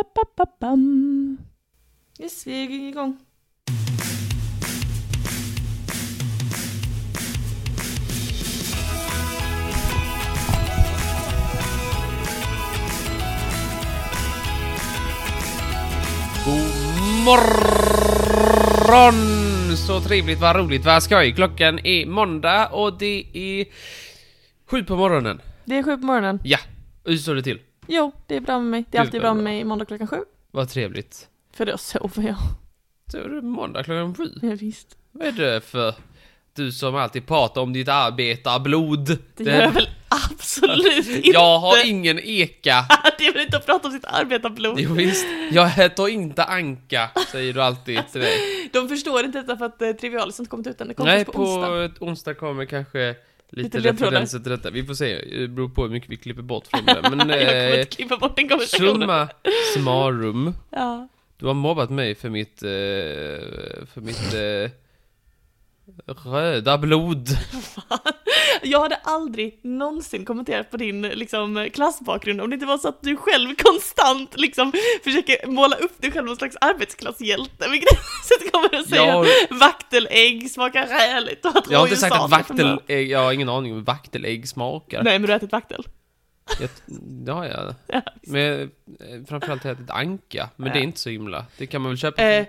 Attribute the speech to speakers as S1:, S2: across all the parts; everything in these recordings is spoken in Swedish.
S1: Ba-ba-da-ba-ba-da-ba-ba-ba-bam.
S2: Yes, vi är igång.
S3: God morgon! Så trevligt, vad roligt, vad skoj! Klockan är måndag och det är sju på morgonen.
S2: Det är sju på morgonen.
S3: Ja, hur står det till?
S2: Jo, det är bra med mig. Det är
S3: Gud,
S2: alltid
S3: vad
S2: bra med
S3: bra.
S2: mig måndag klockan sju.
S3: Vad trevligt.
S2: För då sover jag.
S3: Så är det måndag klockan sju.
S2: Ja, visst.
S3: Vad är det för... Du som alltid pratar om ditt arbetarblod.
S2: Det
S3: Den-
S2: gör jag väl absolut inte.
S3: jag har ingen eka.
S2: Det är väl inte att prata om sitt arbetarblod.
S3: Jo, visst. Jag heter inte Anka, säger du alltid till mig.
S2: De förstår inte detta för att eh, Trivialis har inte kommit ut än. Det kommer
S3: Nej,
S2: först på,
S3: på,
S2: onsdag.
S3: onsdag. kommer kanske lite,
S2: ledtrådar.
S3: referenser till detta. Vi får se, det beror på hur mycket vi klipper bort från det. Men
S2: jag kommer
S3: eh,
S2: inte klippa bort den konversationen.
S3: summa smarum.
S2: Ja.
S3: Du har mobbat mig för mitt, eh, för mitt eh, röda blod.
S2: Jag hade aldrig någonsin kommenterat på din liksom, klassbakgrund om det inte var så att du själv konstant liksom, försöker måla upp dig själv som någon slags arbetsklasshjälte. Vilket sätt kommer att säga
S3: Jag,
S2: vaktelägg smakar räligt och att
S3: jag har inte sagt att
S2: rådjurssadel är för
S3: vaktel, eh, jag har ingen aning om hur vaktelägg smakar.
S2: bra. Nej men du har ätit vaktel.
S3: Jag, det har jag. Men eh, framförallt har jag ätit anka, men det är inte så himla. Det kan man väl köpa.
S2: Eh,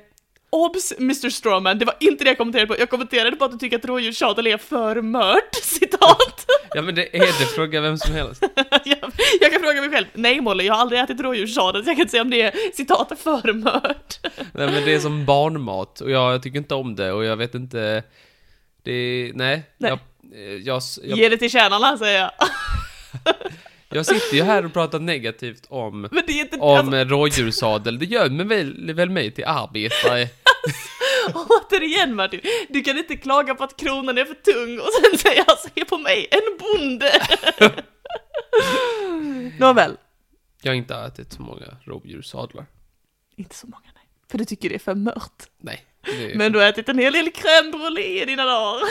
S2: obs Mr Strawman, det var inte det jag kommenterade på. Jag kommenterade på att du tycker att rådjurssadel är för mört, citat.
S3: Ja men det är det, fråga vem som helst.
S2: jag, jag kan fråga mig själv, nej Molly jag har aldrig ätit rådjurssadel så jag kan inte säga om det är citat för mört.
S3: Nej men det är som barnmat och jag, jag tycker inte om det och jag vet inte Det är, nej,
S2: Nej.
S3: Jag, eh, jag, jag,
S2: Ge det till tjänarna säger jag.
S3: jag sitter ju här och pratar negativt om
S2: Men det är inte...
S3: Om
S2: Alltså,
S3: eh, rådjurssadel, det gör mig väl, väl mig till arbetare
S2: återigen Martin, du kan inte klaga på att kronan är för tung och sen säga alltså, ge på mig, en bonde! Nåväl,
S3: Jag har inte ätit så många rådjurssadlar
S2: inte så många nej. För du tycker det är för mört.
S3: Nej, det är
S2: Men
S3: men...
S2: du har ätit en hel del crème brûlée i dina dagar.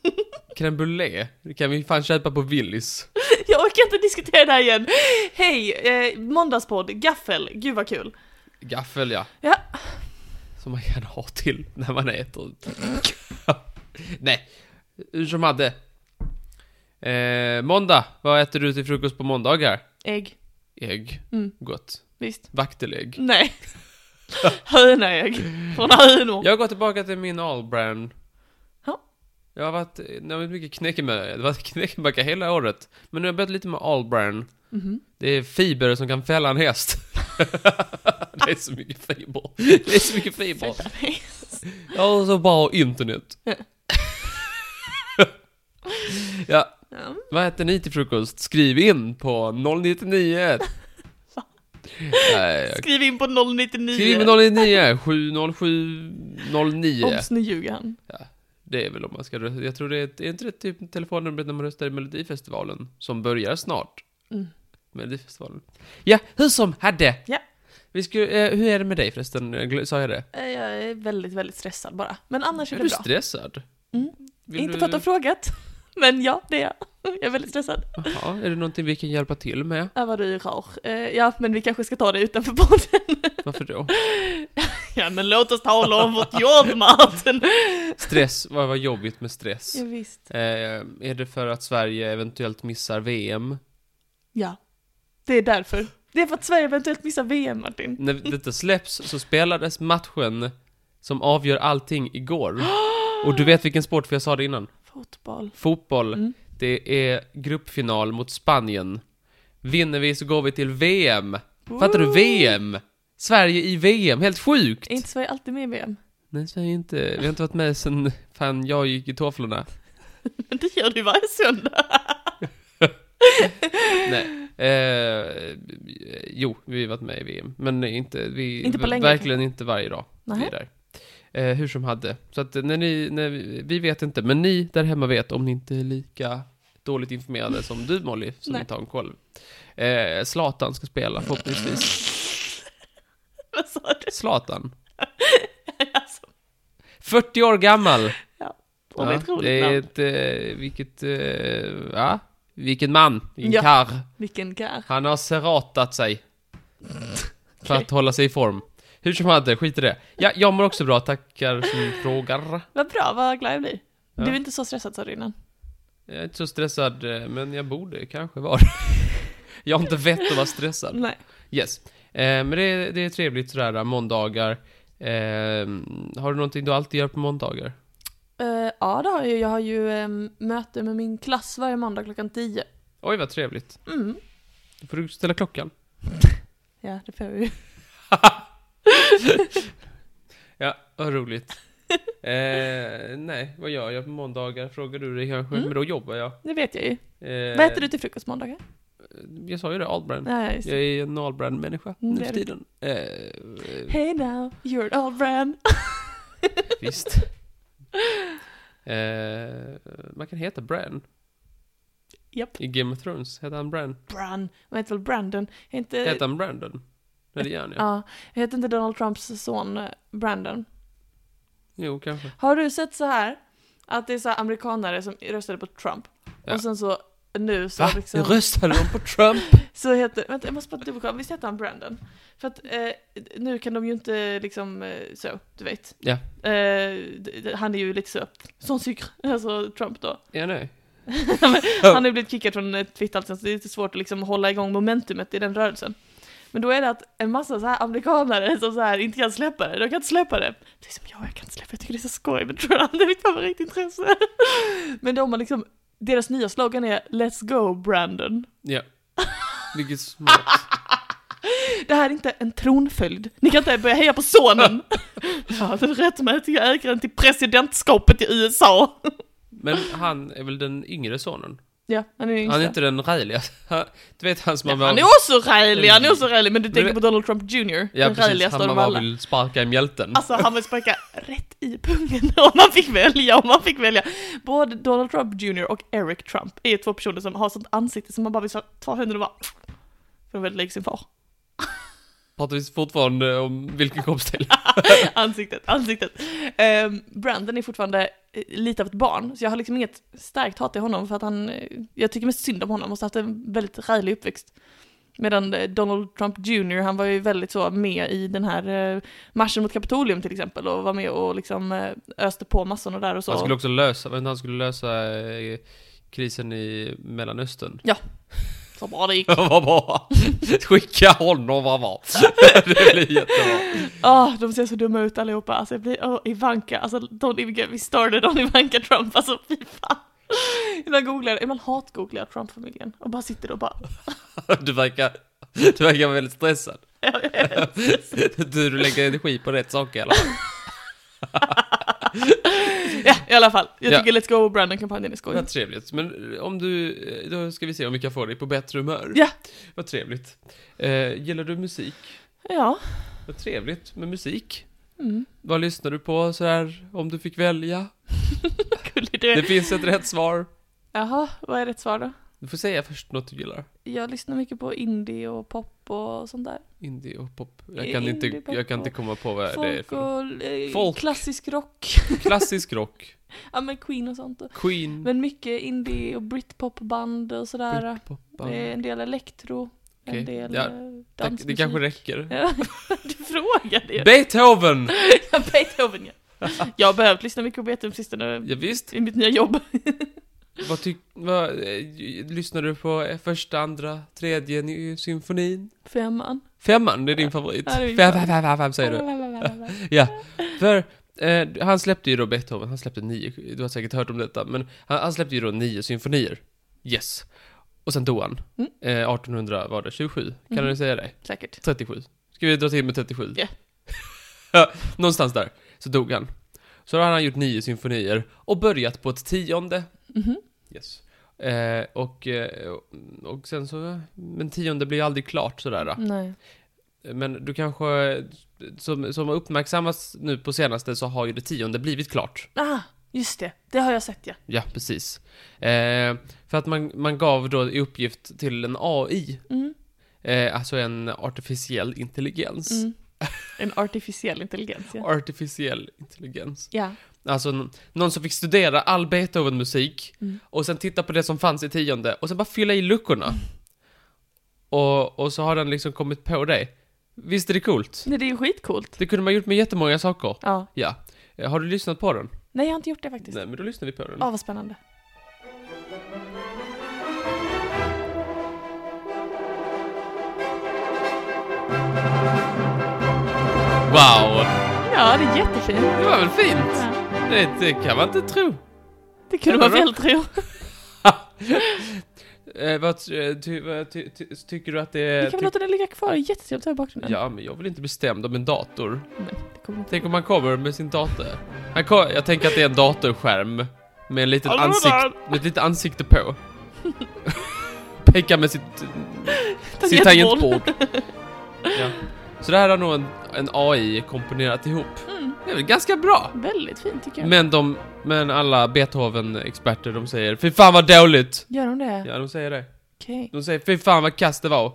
S3: crème brûlée, det kan vi fan köpa på Willys
S2: Jag orkar inte diskutera det här igen. Hej, eh, måndagspodd, gaffel, gud vad kul.
S3: Gaffel ja,
S2: Ja,
S3: som man kan ha till när man äter Nej, hur som hade eh, Måndag, vad äter du till frukost på måndagar?
S2: ägg,
S3: Ägg,
S2: Mm.
S3: gott
S2: visst.
S3: Vaktelägg.
S2: Nej. Hönaägg, från hönor.
S3: Jag går tillbaka till min allbrand.
S2: Ja.
S3: Jag har varit, det har varit mycket knäckemacka, det har varit knäckemacka hela året. Men nu har jag börjat lite med allbrand.
S2: Mhm.
S3: Det är fiber som kan fälla en häst. det är så mycket fiber. Det är så mycket fiber. Jag har så bra internet. ja,
S2: Ja.
S3: vad äter ni till frukost? Skriv in på 0991. Nej, jag
S2: Skriv in på 099.
S3: Skriv in 099 707 09
S2: Obs, nu ljuger han.
S3: Det är väl om man ska rösta. Jag tror det är, ett- är inte det typ telefonnumret när man röstar i Melodifestivalen som börjar snart?
S2: Mm.
S3: Melodifestivalen. Ja, hur som hade.
S2: Ja.
S3: Vi skulle, eh, hur är det med dig förresten? Eh, gl- Sa jag det?
S2: Eh, Jag är väldigt, väldigt stressad bara. Men annars är
S3: Är
S2: det
S3: du
S2: bra.
S3: stressad?
S2: Mm.
S3: Vill
S2: inte
S3: du-
S2: för att du har frågat, men ja, det är jag. Jag är väldigt stressad.
S3: Jaha, är det någonting vi kan hjälpa till med?
S2: Äh, vad du är rar. Eh, Ja, men vi kanske ska ta det utanför podden.
S3: Varför då?
S2: Ja, men låt oss tala om vårt jobb, Martin.
S3: Stress, vad var jobbigt med stress?
S2: Ja, visst.
S3: Eh, är det för att Sverige eventuellt missar VM?
S2: Ja, det är därför. Det är för att Sverige eventuellt missar VM, Martin.
S3: När detta släpps så spelades matchen som avgör allting igår. Och du vet vilken sport, för jag sa det innan.
S2: Fotboll.
S3: Fotboll.
S2: Mm.
S3: Det är gruppfinal mot Spanien. Vinner vi så går vi till VM. Fattar du?
S2: Woo!
S3: VM! Sverige i VM, helt sjukt!
S2: Är inte Sverige alltid med i VM?
S3: Nej, Sverige är inte... Vi har inte varit med sen fan jag gick i tofflorna.
S2: Men det gör du ju varje söndag.
S3: Nej. Eh, jo, vi har varit med i VM. Men inte, vi,
S2: Inte på länge.
S3: verkligen inte varje dag. Vi
S2: Nej.
S3: är där. Eh, hur som hade. Så att när ni, när vi, vi vet inte, men ni där hemma vet om ni inte är lika dåligt informerade som du Molly, som
S2: Nej.
S3: inte har en koll. Eh, Zlatan ska spela förhoppningsvis.
S2: Vad sa du?
S3: Zlatan.
S2: Alltså,
S3: 40 år gammal.
S2: och det är ett roligt
S3: det är
S2: namn.
S3: ett, eh, vilket, eh, ja, vilken man, vilken
S2: Ja.
S3: karl.
S2: Vilken karl.
S3: Han har seratat sig. För att hålla sig i form. Hur som hade, skit i det. Ja, jag mår också bra, tackar som frågar.
S2: Vad bra, vad glad jag blir.
S3: Ja.
S2: Du är inte så stressad sa du innan.
S3: Jag är inte så stressad, eh, men jag borde kanske vara Jag har inte vett att vara stressad.
S2: Nej.
S3: Yes. Eh, men det, det är trevligt sådär, måndagar. Eh, har du någonting du alltid gör på måndagar?
S2: Eh, ja, det har jag ju. Jag har ju eh, möte med min klass varje måndag klockan 10.
S3: Oj, vad trevligt.
S2: Mm.
S3: Då får du ställa klockan.
S2: Ja, det får jag ju.
S3: Ja, vad roligt. Eh, nej, vad gör jag på måndagar? Frågar du dig kanske?
S2: Mm.
S3: Men då jobbar jag.
S2: Det vet jag ju.
S3: Eh,
S2: Vad äter du till frukost måndagar?
S3: Jag sa ju det, Albrand.
S2: Nej, just det.
S3: Jag är en Albrand-människa
S2: Mm,
S3: nu
S2: det
S3: för
S2: är du.
S3: tiden. Eh, eh,
S2: Hey now, you're an old friend.
S3: visst. Eh, man kan heta Bran.
S2: Japp.
S3: I Game of Thrones heter han Bran.
S2: Bran. Man heter väl Brandon? Jag Heter,
S3: Heter han Brandon? Nej, det gör han ja.
S2: Eh, Ja, heter inte Donald Trumps son eh, Brandon?
S3: Jo, kanske.
S2: Har du sett så här? Att det är så här amerikanare som röstade på Trump.
S3: Ja.
S2: Och sen så nu så
S3: Va?
S2: liksom...
S3: Röstade de på Trump?
S2: Så heter, vänta jag måste bara dubbelkolla, visst heter han Brandon? För att eh, nu kan de ju inte liksom eh, så, du vet.
S3: Ja.
S2: Eh, d- d- han är ju lite så, sån sucre, alltså Trump då.
S3: ja, nej.
S2: han har ju blivit kickad från eh, Twitter alltså, så det är lite svårt att liksom hålla igång momentumet i den rörelsen. Men då är det att en massa så här amerikanare som så här inte kan släppa det, de kan inte släppa det. Det är som jag, jag kan inte släppa det, jag tycker det är så skoj med Trump, det är mitt favoritintresse. Men de har liksom, deras nya slogan är Let's go Brandon.
S3: Ja. Vilket smart.
S2: Det här är inte en tronföljd. Ni kan inte börja heja på sonen. ja, den rättmätiga ägaren till presidentskapet i USA.
S3: Men han är väl den yngre sonen?
S2: Ja, han är yngsta.
S3: Han är inte den raljiga. Du vet han som
S2: ja,
S3: man var...
S2: han är också rälig, han är också rälig, men du
S3: Men
S2: tänker
S3: det-
S2: på Donald Trump Jr.
S3: ja,
S2: den räligaste
S3: precis.
S2: av
S3: Han man
S2: dem
S3: var
S2: alla.
S3: vill sparka i mjälten.
S2: Alltså han vill sparka rätt i pungen om man fick välja, om man fick välja. Både Donald Trump Jr och Eric Trump är två personer som har sånt ansikte som man bara vill så här ta händerna och bara... För de är väldigt lik sin far.
S3: Pratar vi fortfarande om vilken kroppsdel?
S2: ansiktet, ansiktet. Ehm, Brandon är fortfarande eh, lite av ett barn, så jag har liksom inget starkt hat till honom för att han, eh, jag tycker mest synd om honom, måste ha haft en väldigt rälig uppväxt. Medan eh, Donald Trump Jr, han var ju väldigt så med i den här eh, marschen mot Kapitolium till exempel och var med och liksom eh, öste på massorna där och så.
S3: Han skulle också lösa, men han skulle lösa eh, krisen i Mellanöstern.
S2: Så bra det gick.
S3: Vad bra! Skicka honom vad bra! Det blir jättebra.
S2: Åh, Ah, de ser så dumma ut allihopa. Alltså jag blir, åh, Ivanka, alltså don't even get me started on Ivanka Trump, alltså fy fan. Man googlar, man hatgooglar Trump-familjen och bara sitter och bara
S3: Du verkar, du verkar vara väldigt stressad.
S2: Ja, jag vet.
S3: Du lägger energi på rätt saker i alla fall.
S2: ja, i alla fall. Jag
S3: Ja.
S2: tycker Let's Go Brandon-kampanjen är
S3: Vad
S2: skoj.
S3: trevligt. Men eh, om du, då ska vi se om vi kan få dig på bättre humör.
S2: Ja.
S3: Vad trevligt. Eh, gillar du musik?
S2: Ja.
S3: Vad trevligt med musik.
S2: Mm.
S3: Vad lyssnar du på sådär, om du fick välja?
S2: Gullig
S3: Det
S2: du.
S3: finns ett rätt svar.
S2: Jaha, vad är rätt svar då?
S3: Du får säga först något du gillar.
S2: Jag lyssnar mycket på indie och pop och sånt där.
S3: Indie och pop. Jag kan, inte,
S2: Indie, pop
S3: jag kan inte
S2: och
S3: komma på vad det är
S2: Folk
S3: för
S2: och eh,
S3: Folk.
S2: klassisk rock.
S3: Klassisk rock.
S2: ja men Queen och sånt.
S3: Mm. Queen.
S2: Men mycket indie och britpopband och sådär.
S3: Britpop.
S2: Det är En del elektro,
S3: Okej.
S2: en del
S3: Ja,
S2: ja.
S3: Tack,
S2: dansmusik.
S3: det kanske räcker.
S2: Ja, du frågade ju.
S3: Beethoven!
S2: Ja, Beethoven ja. Jag har behövt lyssna mycket på Beethoven på sistone
S3: Ja, visst.
S2: i mitt nya jobb.
S3: Vad tyck... Vad, eh, lyssnar du på eh, första, andra, tredje ny- symfonin?
S2: Femman.
S3: Femman, det är din favorit.
S2: Ja, det är min
S3: Fem,
S2: favorit.
S3: fem, fem, fem, fem, säger du. Ja, för eh, han släppte ju då Beethoven, han släppte nio, du har säkert hört om detta, men han, han släppte ju då nio symfonier. Yes. Och sen dog han.
S2: Mm.
S3: Eh, 1800 var det, 27, kan
S2: Mhm.
S3: du säga det?
S2: Säkert.
S3: 37. Ska vi dra till med 37?
S2: Ja.
S3: Någonstans där, så dog han. Så då har han gjort nio symfonier och börjat på ett tionde.
S2: Mhm.
S3: Yes. Eh, och, eh, och sen så, men tionde blir ju aldrig klart sådär. Då.
S2: Nej.
S3: Men du kanske, som, som har uppmärksammats nu på senaste så har ju det tionde blivit klart.
S2: Ah, just det. Det har jag sett ja.
S3: Ja, precis. Eh, för att man, man gav då i uppgift till en AI,
S2: Mm,
S3: eh, alltså en artificiell intelligens.
S2: mm. En artificiell intelligens ja.
S3: Artificiell intelligens.
S2: Ja.
S3: Alltså n- någon som fick studera all Beethoven-musik
S2: Mm.
S3: och sen titta på det som fanns i tionde och sen bara fylla i luckorna. Och, och så har den liksom kommit på dig. Visst är det coolt?
S2: Nej, det är ju skitcoolt.
S3: Det kunde man gjort med jättemånga saker.
S2: Ja.
S3: Ja. Eh, Har du lyssnat på den?
S2: Nej, jag har inte gjort det faktiskt.
S3: Nej, men då lyssnar vi på den.
S2: Ja, vad spännande.
S3: Wow!
S2: Ja, det är jättefint.
S3: Det var väl fint?
S2: Ja.
S3: Det, det kan man inte tro.
S2: Det kunde man
S3: Ja,
S2: väl tro.
S3: Eh, vad, ty, ty, vad ty, ty, tycker du att det är... typ-
S2: Vi kan väl låta den ligga kvar jättetrevligt här i bakgrunden.
S3: Ja, men jag vill inte bli stämd av en dator.
S2: Men det kommer inte.
S3: Tänk om han kommer med sin dator. Han kom, jag tänker att det är en datorskärm. Med, en liten ansikt, med ett litet ansikte på. Pekar med sitt, sitt
S2: Tangentbord.
S3: tangentbord. Ja. Så det här har nog en, en AI komponerat ihop.
S2: Mm,
S3: Det är väl ganska bra.
S2: väldigt fint tycker jag.
S3: Men de, men alla Beethoven-experter de säger Fy fan vad dåligt!
S2: Gör de det?
S3: Ja, de säger det.
S2: Okej.
S3: De säger Fy fan vad kast det var.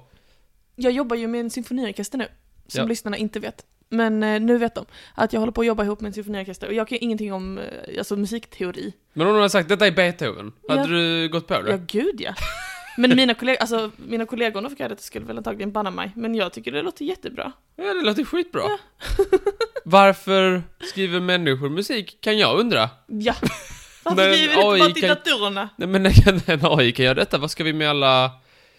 S2: Jag jobbar ju med en symfoniorkester nu, som
S3: Ja.
S2: lyssnarna inte vet. Men eh, nu vet de att jag håller på att jobba ihop med en symfoniorkester och jag kan ju ingenting om eh, alltså, musikteori.
S3: Men om de hade sagt detta är Beethoven, hade
S2: Ja.
S3: du gått på det?
S2: Ja, gud ja. Men mina kollegor, alltså mina kollegor, om de fick höra det skulle väl antagligen banna mig. Men jag tycker det låter jättebra.
S3: Ja, det låter skitbra. Varför skriver människor musik, kan jag undra?
S2: Ja.
S3: Men
S2: Varför skriver vi inte
S3: AI
S2: bara till
S3: kan-
S2: datorerna?
S3: Nej men när en AI kan göra detta, vad ska vi med alla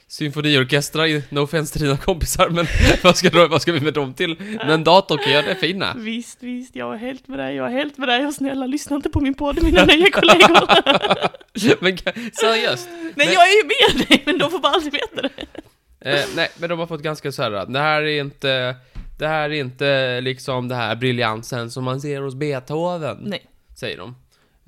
S3: symfoniorkestrar? i- No offense till dina kompisar, men vad ska, då- vad ska vi med dem till? När en dator kan göra det fina?
S2: Visst, visst, jag är helt med dig, jag är helt med dig och snälla lyssna inte på min podd mina nya kollegor.
S3: Men kan- seriöst?
S2: Nej, jag är ju med dig, men de får bara aldrig veta det.
S3: Eh, nej, men de har fått ganska så här, det här är inte, det här är inte liksom det här briljansen som man ser hos Beethoven.
S2: Nej.
S3: Säger de.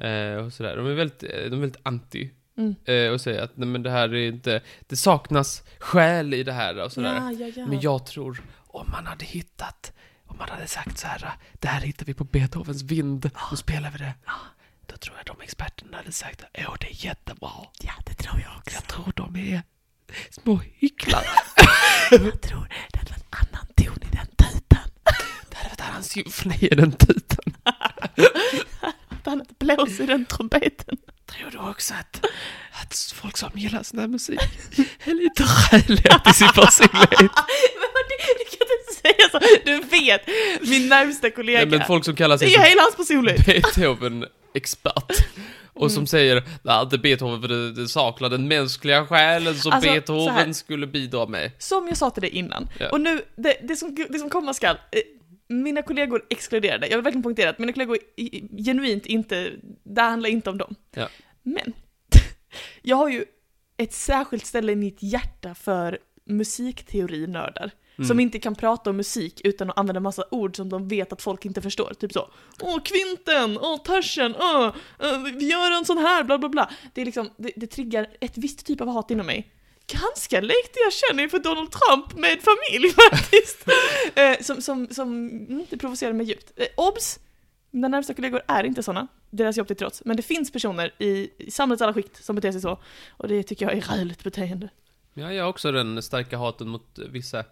S3: Eh, och sådär. De är väldigt, eh, de är väldigt anti.
S2: Mm.
S3: Eh, och säger att nej, men det här är inte, det saknas själ i det här och sådär.
S2: Ja, ja, ja.
S3: Men jag tror, om man hade hittat, om man hade sagt så här, det här hittar vi på Beethovens vind, nu spelar vi det. Då tror jag de experterna hade sagt, åh det är jättebra.
S2: Ja, det tror jag också.
S3: Jag tror de är små hycklare.
S2: Jag tror det hade varit en annan ton i den tutan.
S3: Det här är en symfoni i den titeln.
S2: Att han inte blåser i den trumpeten.
S3: Tror du också att, att folk som gillar sån här musik är lite räliga till sin personlighet?
S2: Men det, det kan du inte säga så. Du vet, min närmsta kollega.
S3: Nej men folk som kallar
S2: Det är
S3: sig
S2: ju
S3: för
S2: hela hans personlighet.
S3: Beethoven-expert. Och som säger "Nej, inte Beethoven för det, det saknar den mänskliga själen som
S2: Alltså, så här.
S3: Beethoven skulle bidra med.
S2: Som jag sa till dig innan.
S3: Ja.
S2: Och nu, det, det, som, det som komma skall. eh, Mina kollegor exkluderade. Jag vill verkligen poängtera att mina kollegor i- i- genuint inte, det handlar inte om dem.
S3: Ja.
S2: Men, jag har ju ett särskilt ställe i mitt hjärta för musikteorinördar.
S3: Mm.
S2: Som inte kan prata om musik utan att använda massa ord som de vet att folk inte förstår. Typ så, åh kvinten, åh tersen, åh, eh, vi gör en sån här, bla bla bla. Det är liksom, det, det triggar ett visst typ av hat inom mig. Ganska likt det jag känner inför Donald Trump med familj faktiskt. eh, som, som, som, mm, det provocerar mig djupt. Eh, obs! Mina närmsta kollegor är inte sådana, deras jobb till trots. Men det finns personer i, i samhällets alla skikt som beter sig så. Och det tycker jag är räligt beteende.
S3: Ja, jag har också den starka haten mot eh, vissa.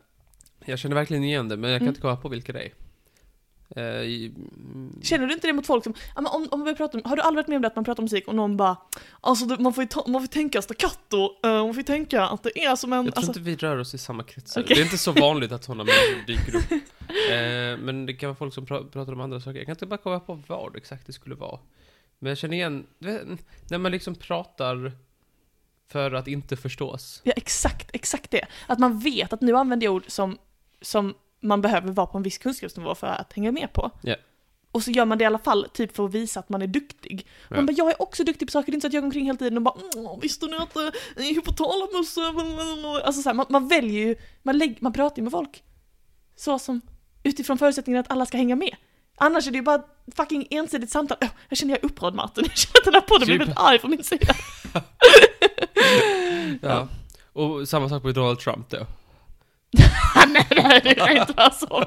S3: Jag känner verkligen igen det, men jag kan
S2: Mm.
S3: inte komma på vilka det är. Eh, i- mm.
S2: Känner du inte det mot folk som, ja, men om, om vi pratar om, har du aldrig varit med om det att man pratar om musik och någon bara Alltså det, man, får ju ta, man får tänka staccato, eh, man får ju tänka att det är som en...
S3: Jag tror
S2: alltså,
S3: inte vi rör oss i samma kretsar.
S2: Okej.
S3: Det är inte så vanligt att sådana människor dyker upp. Eh, men det kan vara folk som pra- pratar om andra saker. Jag kan inte bara komma på vad exakt det skulle vara. Men jag känner igen, du vet, när man liksom pratar för att inte förstås.
S2: Ja exakt, exakt det. Att man vet att nu använder jag ord som, som man behöver vara på en viss kunskapsnivå för att hänga med på.
S3: Ja.
S2: Och så gör man det i alla fall, typ för att visa att man är duktig. Man
S3: Ja.
S2: bara, jag är också duktig på saker, det är inte så att jag går omkring hela tiden och bara "Mm, visste ni att eh, hypotalamus... eh, blablabla." Alltså så här, man, man väljer ju, man, lägger, man pratar ju med folk. Så som, utifrån förutsättningen att alla ska hänga med. Annars är det ju bara ett fucking ensidigt samtal. Öh, jag känner jag är upprörd Martin, jag känner att den här podden blir
S3: Typ.
S2: väldigt arg från min sida.
S3: Ja. Och samma sak med Donald Trump då.
S2: Nej, nej, det kan inte vara så.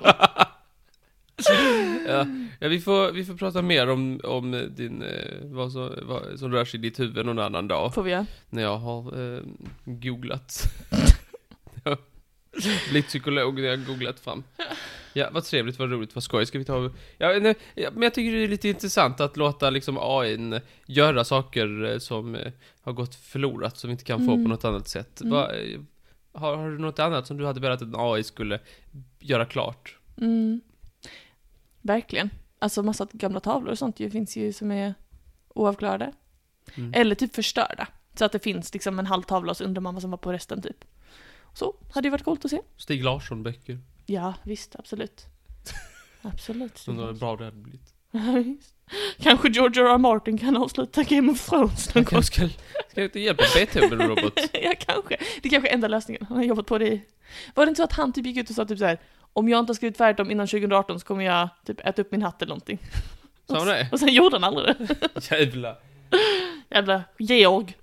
S3: Ja, ja vi, får, vi får prata mer om, om din, eh, vad, som, vad som rör sig i ditt huvud någon annan dag.
S2: Får vi göra.
S3: När jag har eh, googlat. Jag har Blivit psykolog när jag har googlat fram. Ja, vad trevligt, vad roligt, vad skoj. Ska vi ta... Ja, nej, ja, men jag tycker det är lite intressant att låta liksom AI göra saker eh, som eh, har gått förlorat, som vi inte kan få
S2: Mm.
S3: på något annat sätt.
S2: Mm.
S3: Va, eh, Har, har du något annat som du hade velat att en AI skulle göra klart?
S2: Mm. Verkligen. Alltså massa gamla tavlor och sånt ju finns ju som är oavklarade.
S3: Mm.
S2: Eller typ förstörda. Så att det finns liksom en halv tavla och så undrar man vad som var på resten typ. Så, hade ju varit coolt att se.
S3: Stig Larsson-böcker.
S2: Ja, visst, absolut. absolut.
S3: Undrar hur bra det hade blivit.
S2: Visst. Kanske George R. R. Martin kan avsluta Game of Thrones någon
S3: Jag
S2: gång.
S3: kanske ska, ska jag inte hjälpa Beethoven, Robert?
S2: ja, kanske. Det kanske är enda lösningen. Han har jobbat på det i... Var det inte så att han typ gick ut och sa typ så här. Om jag inte har skrivit färdigt dem innan 2018 så kommer jag typ äta upp min hatt eller någonting.
S3: Sa han det?
S2: Och sen gjorde han aldrig det.
S3: Jävla.
S2: Jävla Georg.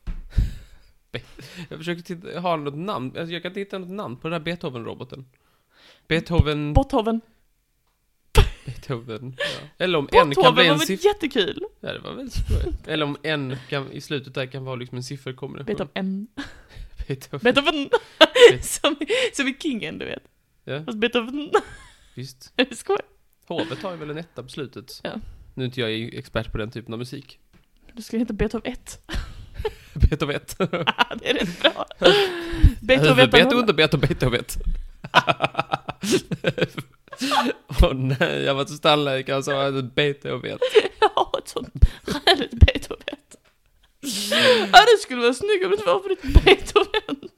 S3: Jag försöker titta, ha något namn. Alltså, jag kan inte hitta något namn på den där Beethoven-roboten. Beethoven...
S2: Botthoven.
S3: Beethoven. Ja. Eller om en kan
S2: Botthoven
S3: bli
S2: var
S3: en
S2: väl
S3: siffra.
S2: jättekul?
S3: Ja, det var väldigt skojigt. Eller om en kan, i slutet där kan vara liksom en sifferkombination.
S2: Beethoven.
S3: Beethoven.
S2: Beethoven. som, som i Kingen, du vet.
S3: Ja,
S2: Fast Beethoven.
S3: visst.
S2: Är det skoj?
S3: Hovet har ju väl en etta på slutet.
S2: Ja.
S3: Nu är inte jag expert på den typen av musik.
S2: Du ska heta Beethoven 1.
S3: Beethoven 1.
S2: det är rätt bra.
S3: Beethoven,
S2: Beethoven.
S3: Beethoven, Beethoven, Beethoven. Åh nej, jag var hos tandläkaren och sa att Beethoven.
S2: Ja, ett sånt härligt Beethoven. Ja, det skulle vara snyggt om det inte var för ditt Beethoven.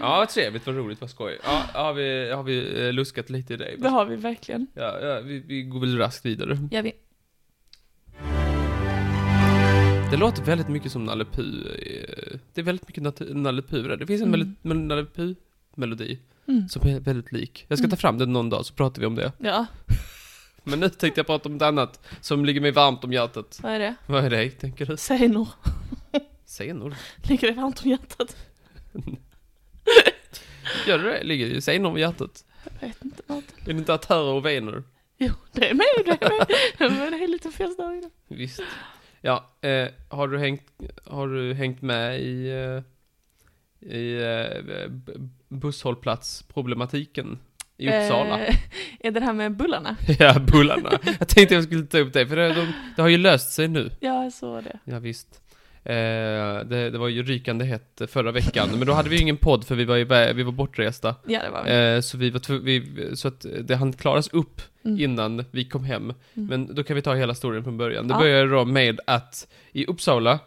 S3: Ja, vad trevligt, vad roligt, vad skoj. Ja, har vi, har vi eh, luskat lite i dig?
S2: Det har vi verkligen.
S3: Ja, ja vi, vi går väl raskt vidare.
S2: Gör vi.
S3: Det låter väldigt mycket som Nalle Puh, eh, Det är väldigt mycket nat- Nalle Puh där. Det finns en
S2: Mm.
S3: väldigt men Nalle Puh melodi
S2: Mm.
S3: som är väldigt lik. Jag ska ta
S2: Mm.
S3: fram den någon dag så pratar vi om det.
S2: Ja,
S3: Men nu tänkte jag prata om något annat som ligger mig varmt om hjärtat.
S2: vad är det?
S3: Vad är det, tänker du?
S2: Senor.
S3: Senor?
S2: Ligger det varmt om hjärtat?
S3: Gör det det? Ligger det senor om hjärtat?
S2: Jag vet inte. Vad.
S3: Är det inte artärer och vener?
S2: Jo, det är med, det är med. Men det är lite fest där inne.
S3: Visst. Ja, eh, har, du hängt, har du hängt med i, eh, i eh, b- busshållplatsproblematiken i Uppsala?
S2: Eh, är det det här med bullarna?
S3: Ja, bullarna. Jag tänkte jag skulle ta upp det, för det, de, det har ju löst sig nu.
S2: Ja, jag såg det.
S3: Ja, visst. Eh, det, det var ju rykande hett förra veckan, men då hade vi ju ingen podd för vi var, iväg, vi var bortresta.
S2: Ja, det var det.
S3: Eh, så, vi var tv- vi, så att det hann klaras upp
S2: Mm.
S3: innan vi kom hem.
S2: Mm.
S3: Men då kan vi ta hela historien från början. Det
S2: Ja.
S3: började då med att i Uppsala,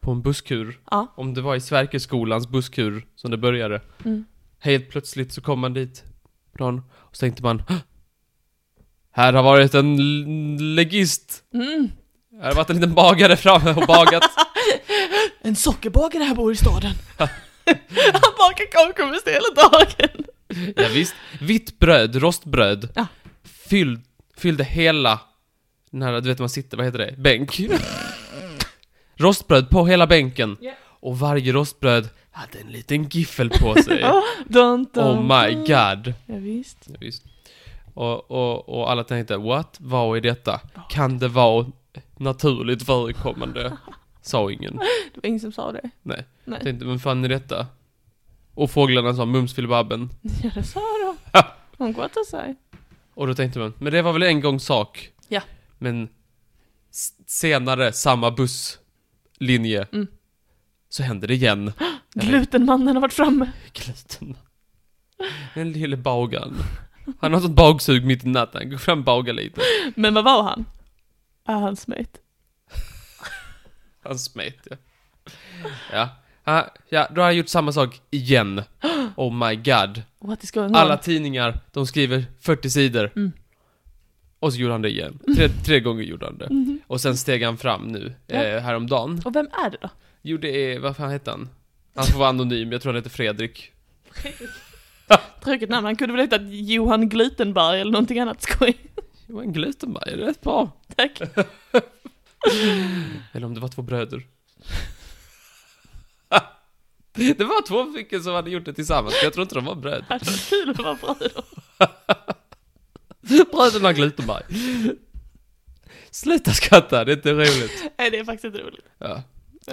S3: på en busskur,
S2: Ja.
S3: om det var i Sverkeskolans busskur som det började,
S2: Mm.
S3: Helt plötsligt så kom man dit någon, och så tänkte man "Hå! Här har varit en l- legist
S2: Mm.
S3: Här har varit en liten bagare framme och bagat
S2: En sockerbagare här bor i staden. Han bakar kakor med hela dagen.
S3: ja, visst Vitt bröd, rostbröd
S2: Ja.
S3: Fyll, fyllde hela Den här, du vet man sitter, vad heter det? Bänk Rostbröd på hela bänken
S2: Ja.
S3: Och varje rostbröd hade en liten giffel på sig
S2: Dun, dun,
S3: Oh my
S2: dun.
S3: god
S2: Ja, visst.
S3: Ja, visst. Och, och, och alla tänkte, what? Vad är detta? Kan det vara naturligt förekommande? Sa ingen.
S2: Det var ingen som sa det.
S3: Nej.
S2: Nej.
S3: Tänkte, men fan är detta? Och fåglarna sa mums filibabben.
S2: Ja, det sa de. Hon gottar sig.
S3: Och då tänkte man, men det var väl en gång sak.
S2: Ja.
S3: Men s- senare, samma busslinje.
S2: Mm.
S3: Så hände det igen.
S2: Glutenmannen har varit framme.
S3: Gluten. Den lille bagaren. Han har sånt bagsug mitt i natten. Gå fram och baga lite.
S2: Men vad var han? Ah, han smet.
S3: Han smet ja. Ja. Ha- ja, då har han gjort samma sak igen. Oh my god.
S2: What is going on?
S3: Alla tidningar, de skriver 40 sidor.
S2: Mm.
S3: Och så gjorde han det igen. Tre, tre gånger gjorde han det. Och sen steg han fram nu,
S2: Mm-hmm. Ja.
S3: eh, häromdagen.
S2: Och vem är det då?
S3: Jo, det är, vad fan hette han? Han får vara anonym, jag tror han heter Fredrik.
S2: Tråkigt namn. Han kunde väl heta Johan Glutenberg eller någonting annat skoj.
S3: Jo, en Glutenberg, det är rätt bra.
S2: Tack.
S3: Eller om det var två bröder. det var två stycken som hade gjort det tillsammans, men jag tror inte de var bröder.
S2: Det hade varit kul att vara bröder.
S3: Bröderna Glutenberg. Sluta skratta, det är inte roligt.
S2: Nej, det är faktiskt inte roligt.
S3: Ja.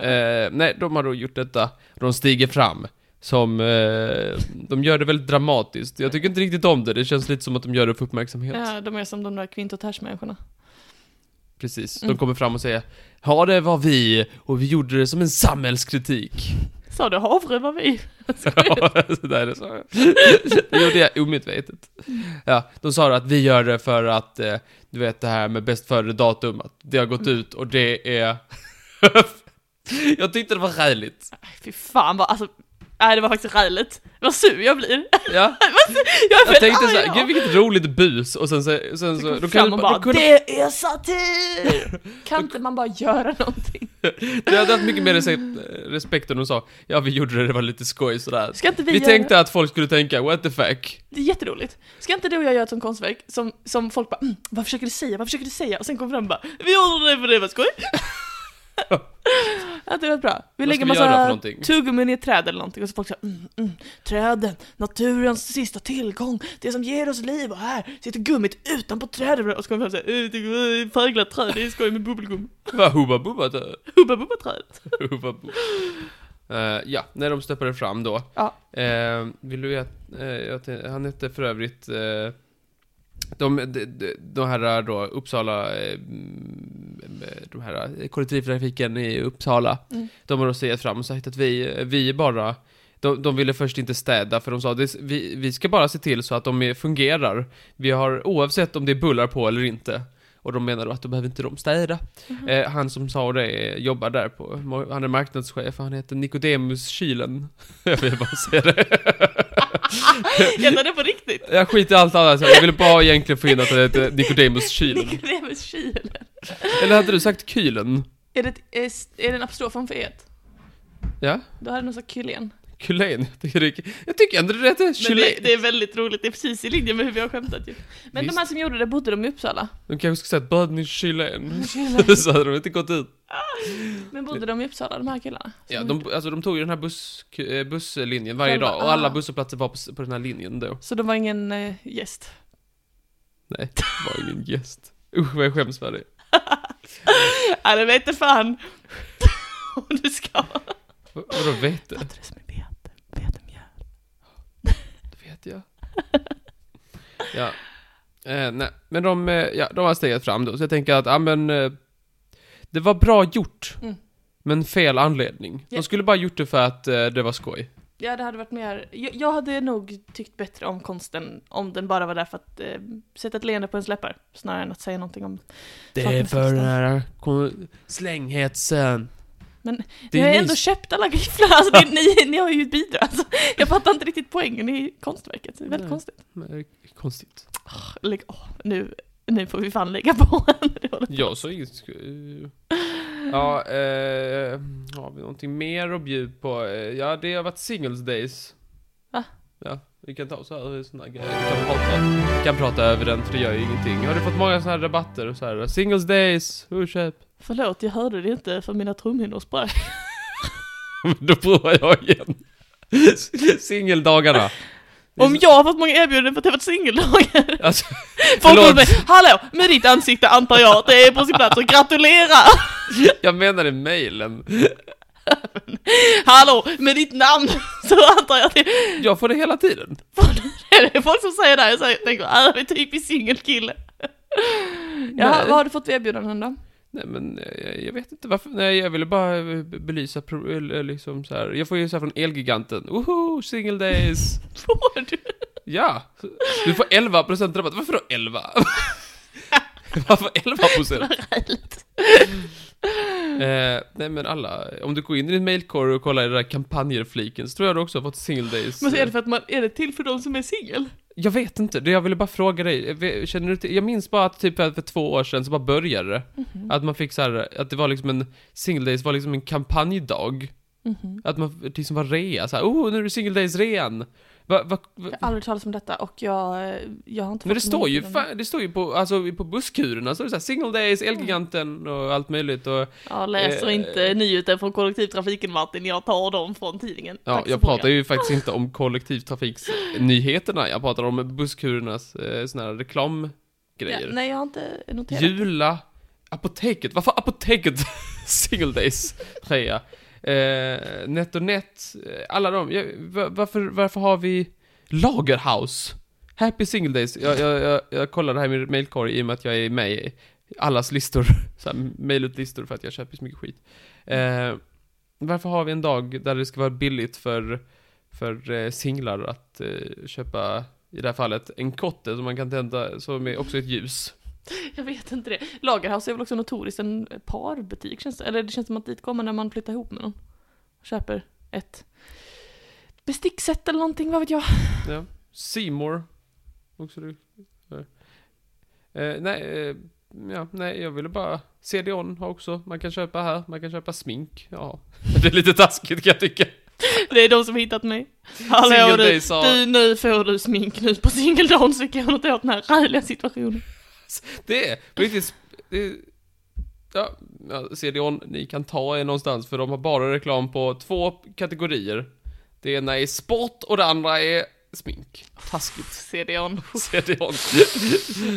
S3: Eh, nej, de har då gjort detta. De stiger fram. Som, eh, de gör det väldigt dramatiskt. Jag tycker inte riktigt om det, det känns lite som att de gör det för uppmärksamhet.
S2: Ja, de är som de där kvintotärsmänniskorna.
S3: Precis, de
S2: Mm.
S3: kommer fram och säger Ja, det var vi och vi gjorde det som en samhällskritik.
S2: Sa du havre var vi?
S3: Ja, så där är det så. Det gjorde jag omedvetet.
S2: Mm.
S3: Ja, de sa att vi gör det för att, eh, du vet det här med bäst före datum, att det har gått ut och det är... jag tyckte det var skäligt.
S2: Nej, Fy fan vad, alltså, nej det var faktiskt räligt. Vad sur jag blir.
S3: Ja,
S2: Jag är
S3: jag
S2: fett
S3: tänkte
S2: arg
S3: så här,
S2: idag.
S3: gud vilket roligt bus, och sen så... Sen så då
S2: Kom
S3: kan
S2: fram
S3: du
S2: och
S3: bara,
S2: bara,
S3: då kunde,
S2: det är satir! Kan inte man bara göra någonting?
S3: jag hade haft mycket mer respekt- respekt om de sa, ja vi gjorde det, det var lite skoj sådär.
S2: Ska inte vi,
S3: Vi
S2: göra-
S3: tänkte att folk skulle tänka, what the fuck?
S2: Det är jätteroligt. Ska inte du och jag göra ett sånt konstverk som, som folk bara mm, vad försöker du säga, vad försöker du säga? Och sen kommer fram och bara vi gjorde det för det var skoj. ja, det var bra. Vi
S3: Vad
S2: lägger
S3: ska vi göra för
S2: massa
S3: någonting?
S2: tuggummin i ett träd eller någonting och så folk säger mm, mm, träden, naturens sista tillgång, det som ger oss liv och här sitter gummit utanpå trädet och så kommer fram och säger färglat träd, det är skoj med bubbelgum.
S3: Vad hubba bubba dö.
S2: Hubba bubba trädet.
S3: Hubba bubba. Eh, ja, när de steppade fram då.
S2: Ja.
S3: Eh, vill du att, eh, jag tänkte- han hette för övrigt, eh, de, de, de, de här då, Uppsala, eh, mm, de här kollektivtrafiken i Uppsala,
S2: Mm.
S3: de har då stegit fram och sagt att vi, eh, vi är bara, de, de ville först inte städa för de sa att vi, vi ska bara se till så att de är- fungerar. Vi har, oavsett om det är bullar på eller inte. Och de menar då att då behöver inte de städa. Eh, han som sa det eh, jobbar där på, han är marknadschef, han heter Nicodemus Kylen. Jag vill bara säga det.
S2: Gäller det på riktigt?
S3: Jag skiter i allt annat, Alltså, jag ville bara egentligen få in att det heter Nicodemus Kylen.
S2: Nikodemus Kiel.
S3: Eller hade du sagt Kylen?
S2: Är det, ett- är, är det en apostrof framför et?
S3: Ja?
S2: Då hade någon sagt kylen.
S3: Kylen? Jag tycker, det- jag tycker ändå det heter
S2: Men det,
S3: Kylen.
S2: det är väldigt roligt, det är precis i linje med hur vi har skämtat ju. Men
S3: Visst.
S2: de här som gjorde det, bodde de i Uppsala?
S3: De kanske ska säga Bödny Kylen. Så hade de inte gått ut.
S2: Men bodde de i Uppsala, de här killarna? Som
S3: Ja,
S2: gjorde
S3: de,
S2: det?
S3: alltså de tog ju den här buss, eh, busslinjen varje
S2: Själva-
S3: dag och alla
S2: ah.
S3: busshållplatser var på, s- på den här linjen då.
S2: Så de var ingen eh, gäst?
S3: Nej, det var ingen gäst. Usch vad jag skäms för det.
S2: Nej, det vete fan! Om du ska.
S3: V- Vadå vet du?
S2: Fattar du som är vete? Vetemjöl.
S3: Det vet jag. Ja. Eh, nej. Men de, eh, ja, de har stegat fram då, så jag tänker att, ja men... Eh, det var bra gjort.
S2: Mm.
S3: Men fel anledning.
S2: Ja.
S3: De skulle bara gjort det för att eh, det var skoj.
S2: Ja, det hade varit mer... Jag, jag hade nog tyckt bättre om konsten om den bara var där för att eh, sätta ett leende på ens läppar. Snarare än att säga någonting om...
S3: Det
S2: Saknar
S3: är för den
S2: substans.
S3: här kon- slänghetsen.
S2: Men
S3: det
S2: jag har
S3: är
S2: ändå köpt alla gifflar, alltså det, ni, ni har ju bidrag. Alltså, jag fattar inte riktigt poängen i konstverket, det är väldigt
S3: Nej.
S2: konstigt.
S3: ni... Konstigt.
S2: Lägg, åh, nu, nu får vi fan lägga på
S3: Jag sa inget sk- eh, Ja, eh, har vi någonting mer att bjuda på? Eh, Ja, det har varit singles days.
S2: Va?
S3: Ja, vi kan ta så här, såna här grejer. Vi kan prata, vi kan prata över den, för det gör ju ingenting. Har du fått många såna här rabatter? och Så här, singles days, hur köp?
S2: Förlåt, jag hörde det inte för mina trumhinnor sprack.
S3: Då provar jag igen. Singeldagarna.
S2: Om jag har fått många erbjudanden för att jag varit singeldagar.
S3: Alltså,
S2: Folk
S3: Förlåt.
S2: har mig, hallå, med ditt ansikte antar jag, det är på sin plats att gratulera!
S3: jag menade mejlen.
S2: Hallå, med ditt namn så antar jag att det
S3: Jag får det hela tiden.
S2: det är folk som säger det här, jag säger- tänker, "Ah, det är typiskt singelkille. Jaha,
S3: Nej.
S2: vad har du fått för erbjudanden då?
S3: Nej men eh, jag, jag vet inte varför, nej jag ville bara eh, be- belysa pro- eller liksom så här. jag får ju så här från Elgiganten, woho, single days!
S2: Får du?
S3: ja! Du får 11% rabatt, varför då 11? varför 11%? eh, nej men alla, om du går in i din mailkorg och kollar i den där kampanjerfliken så tror jag du också har fått single days.
S2: Men så är det för att man, är det till för de som är singel?
S3: Jag vet inte, det jag ville bara fråga dig, eh, ve- känner du till, jag minns bara att typ för, för två år sedan så bara började det.
S2: Mhm.
S3: Att man fick så här, att det var liksom en, single days var liksom en kampanjdag.
S2: Mm-hmm.
S3: Att man liksom var rea, såhär, oh nu är det single days rean. Va, va, va,
S2: Jag har aldrig talat om detta och jag, jag har inte
S3: men det
S2: fått
S3: står
S2: någon
S3: ju,
S2: erbjudande.
S3: fan, det står ju på, alltså, på busskurerna, så är det såhär, single days, Elgiganten och allt möjligt och,
S2: Jag läser
S3: Eh,
S2: inte nyheter från kollektivtrafiken Martin, jag tar dem från tidningen.
S3: ja,
S2: Tack så
S3: jag
S2: frågan.
S3: pratar ju faktiskt inte om kollektivtrafiksnyheterna, jag pratar om busskurernas eh, såna här reklamgrejer.
S2: Ja, nej, jag har inte noterat.
S3: Jula, Apoteket, varför Apoteket Single Days trea? Eh, NetOnNet, eh, alla de, jag, va- varför, varför har vi Lagerhaus? Happy Single Days, jag, jag, jag, jag kollar det här i min mailkorg i och med att jag är med i allas listor, så här, mailut listor för att jag köper så mycket skit. Eh, Varför har vi en dag där det ska vara billigt för, för eh, singlar att eh, köpa, i det här fallet, en kotte som man kan tända, som är också ett ljus?
S2: Jag vet inte det. Lagerhaus är väl också notoriskt en parbutik känns det. Eller det känns som att dit kommer när man flyttar ihop med någon. Och köper ett bestickset eller någonting, vad vet jag.
S3: Ja. Seymour. Också det. Eh, nej, eh, ja, nej, jag ville bara... CDON har också, man kan köpa här, man kan köpa smink. Ja, det är lite taskigt kan jag tycka.
S2: Det är de som hittat mig. Hallå
S3: Single
S2: du,
S3: day sa-
S2: du, nu får du smink nu på singeldagen så vi kan göra något åt den här räliga situationen.
S3: Det är på riktigt... Det är, ja, ja, CDON, ni kan ta er någonstans för de har bara reklam på två kategorier. Det ena är sport och det andra är smink. Taskigt.
S2: CDON.
S3: CDON.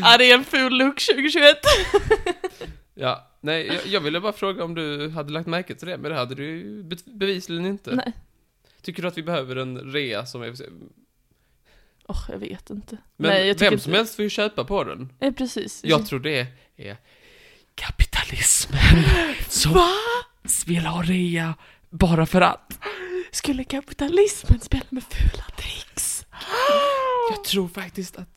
S2: Ja, det är en full look 2021.
S3: Ja, nej, jag, jag ville bara fråga om du hade lagt märke till det, men det hade du ju be- bevisligen inte.
S2: Nej.
S3: Tycker du att vi behöver en rea som är...
S2: Åh, jag vet inte.
S3: Men
S2: Nej, jag tycker
S3: vem
S2: inte-
S3: som helst får ju köpa på den.
S2: Eh, precis.
S3: Jag tror det är kapitalismen som vill ha rea bara för att.
S2: Skulle kapitalismen spela med fula tricks?
S3: Jag tror faktiskt att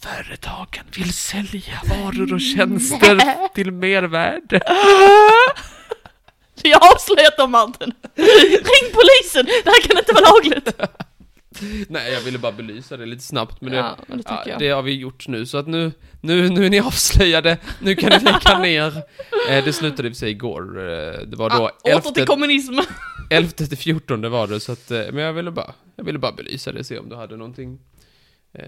S3: företagen vill sälja varor och tjänster till mervärde.
S2: Vi har avslöjat dem Martin! Ring polisen! Det här kan inte vara lagligt!
S3: Nej, jag ville bara belysa det lite snabbt, men det,
S2: ja, men det tycker
S3: ja,
S2: jag.
S3: det har vi gjort nu, så att nu, nu, nu är ni avslöjade, nu kan ni lägga ner. Eh, det slutade i och för sig igår, eh, det var då
S2: ah, åter till
S3: 11,
S2: kommunism!
S3: 11 till 14 det var det, så att, eh, men jag ville bara, jag ville bara belysa det, se om du hade någonting. Eh,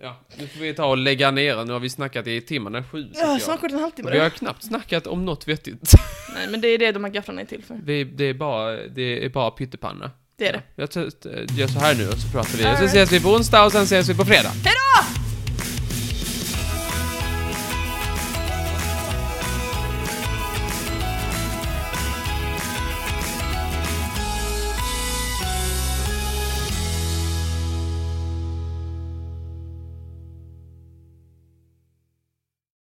S3: ja, nu får vi ta och lägga ner, nu har vi snackat i timmarna sju, tycker jag.
S2: gått en halvtimme.
S3: Vi har knappt snackat om något vettigt.
S2: Nej men det är det de här gafflarna är till för.
S3: Vi, det, är bara, det är bara pyttipanna.
S2: Det är det.
S3: eh, Jag t- t- gör så här nu och så pratar vi. Och så ses vi på onsdag och sen ses vi på fredag.
S2: Hejdå!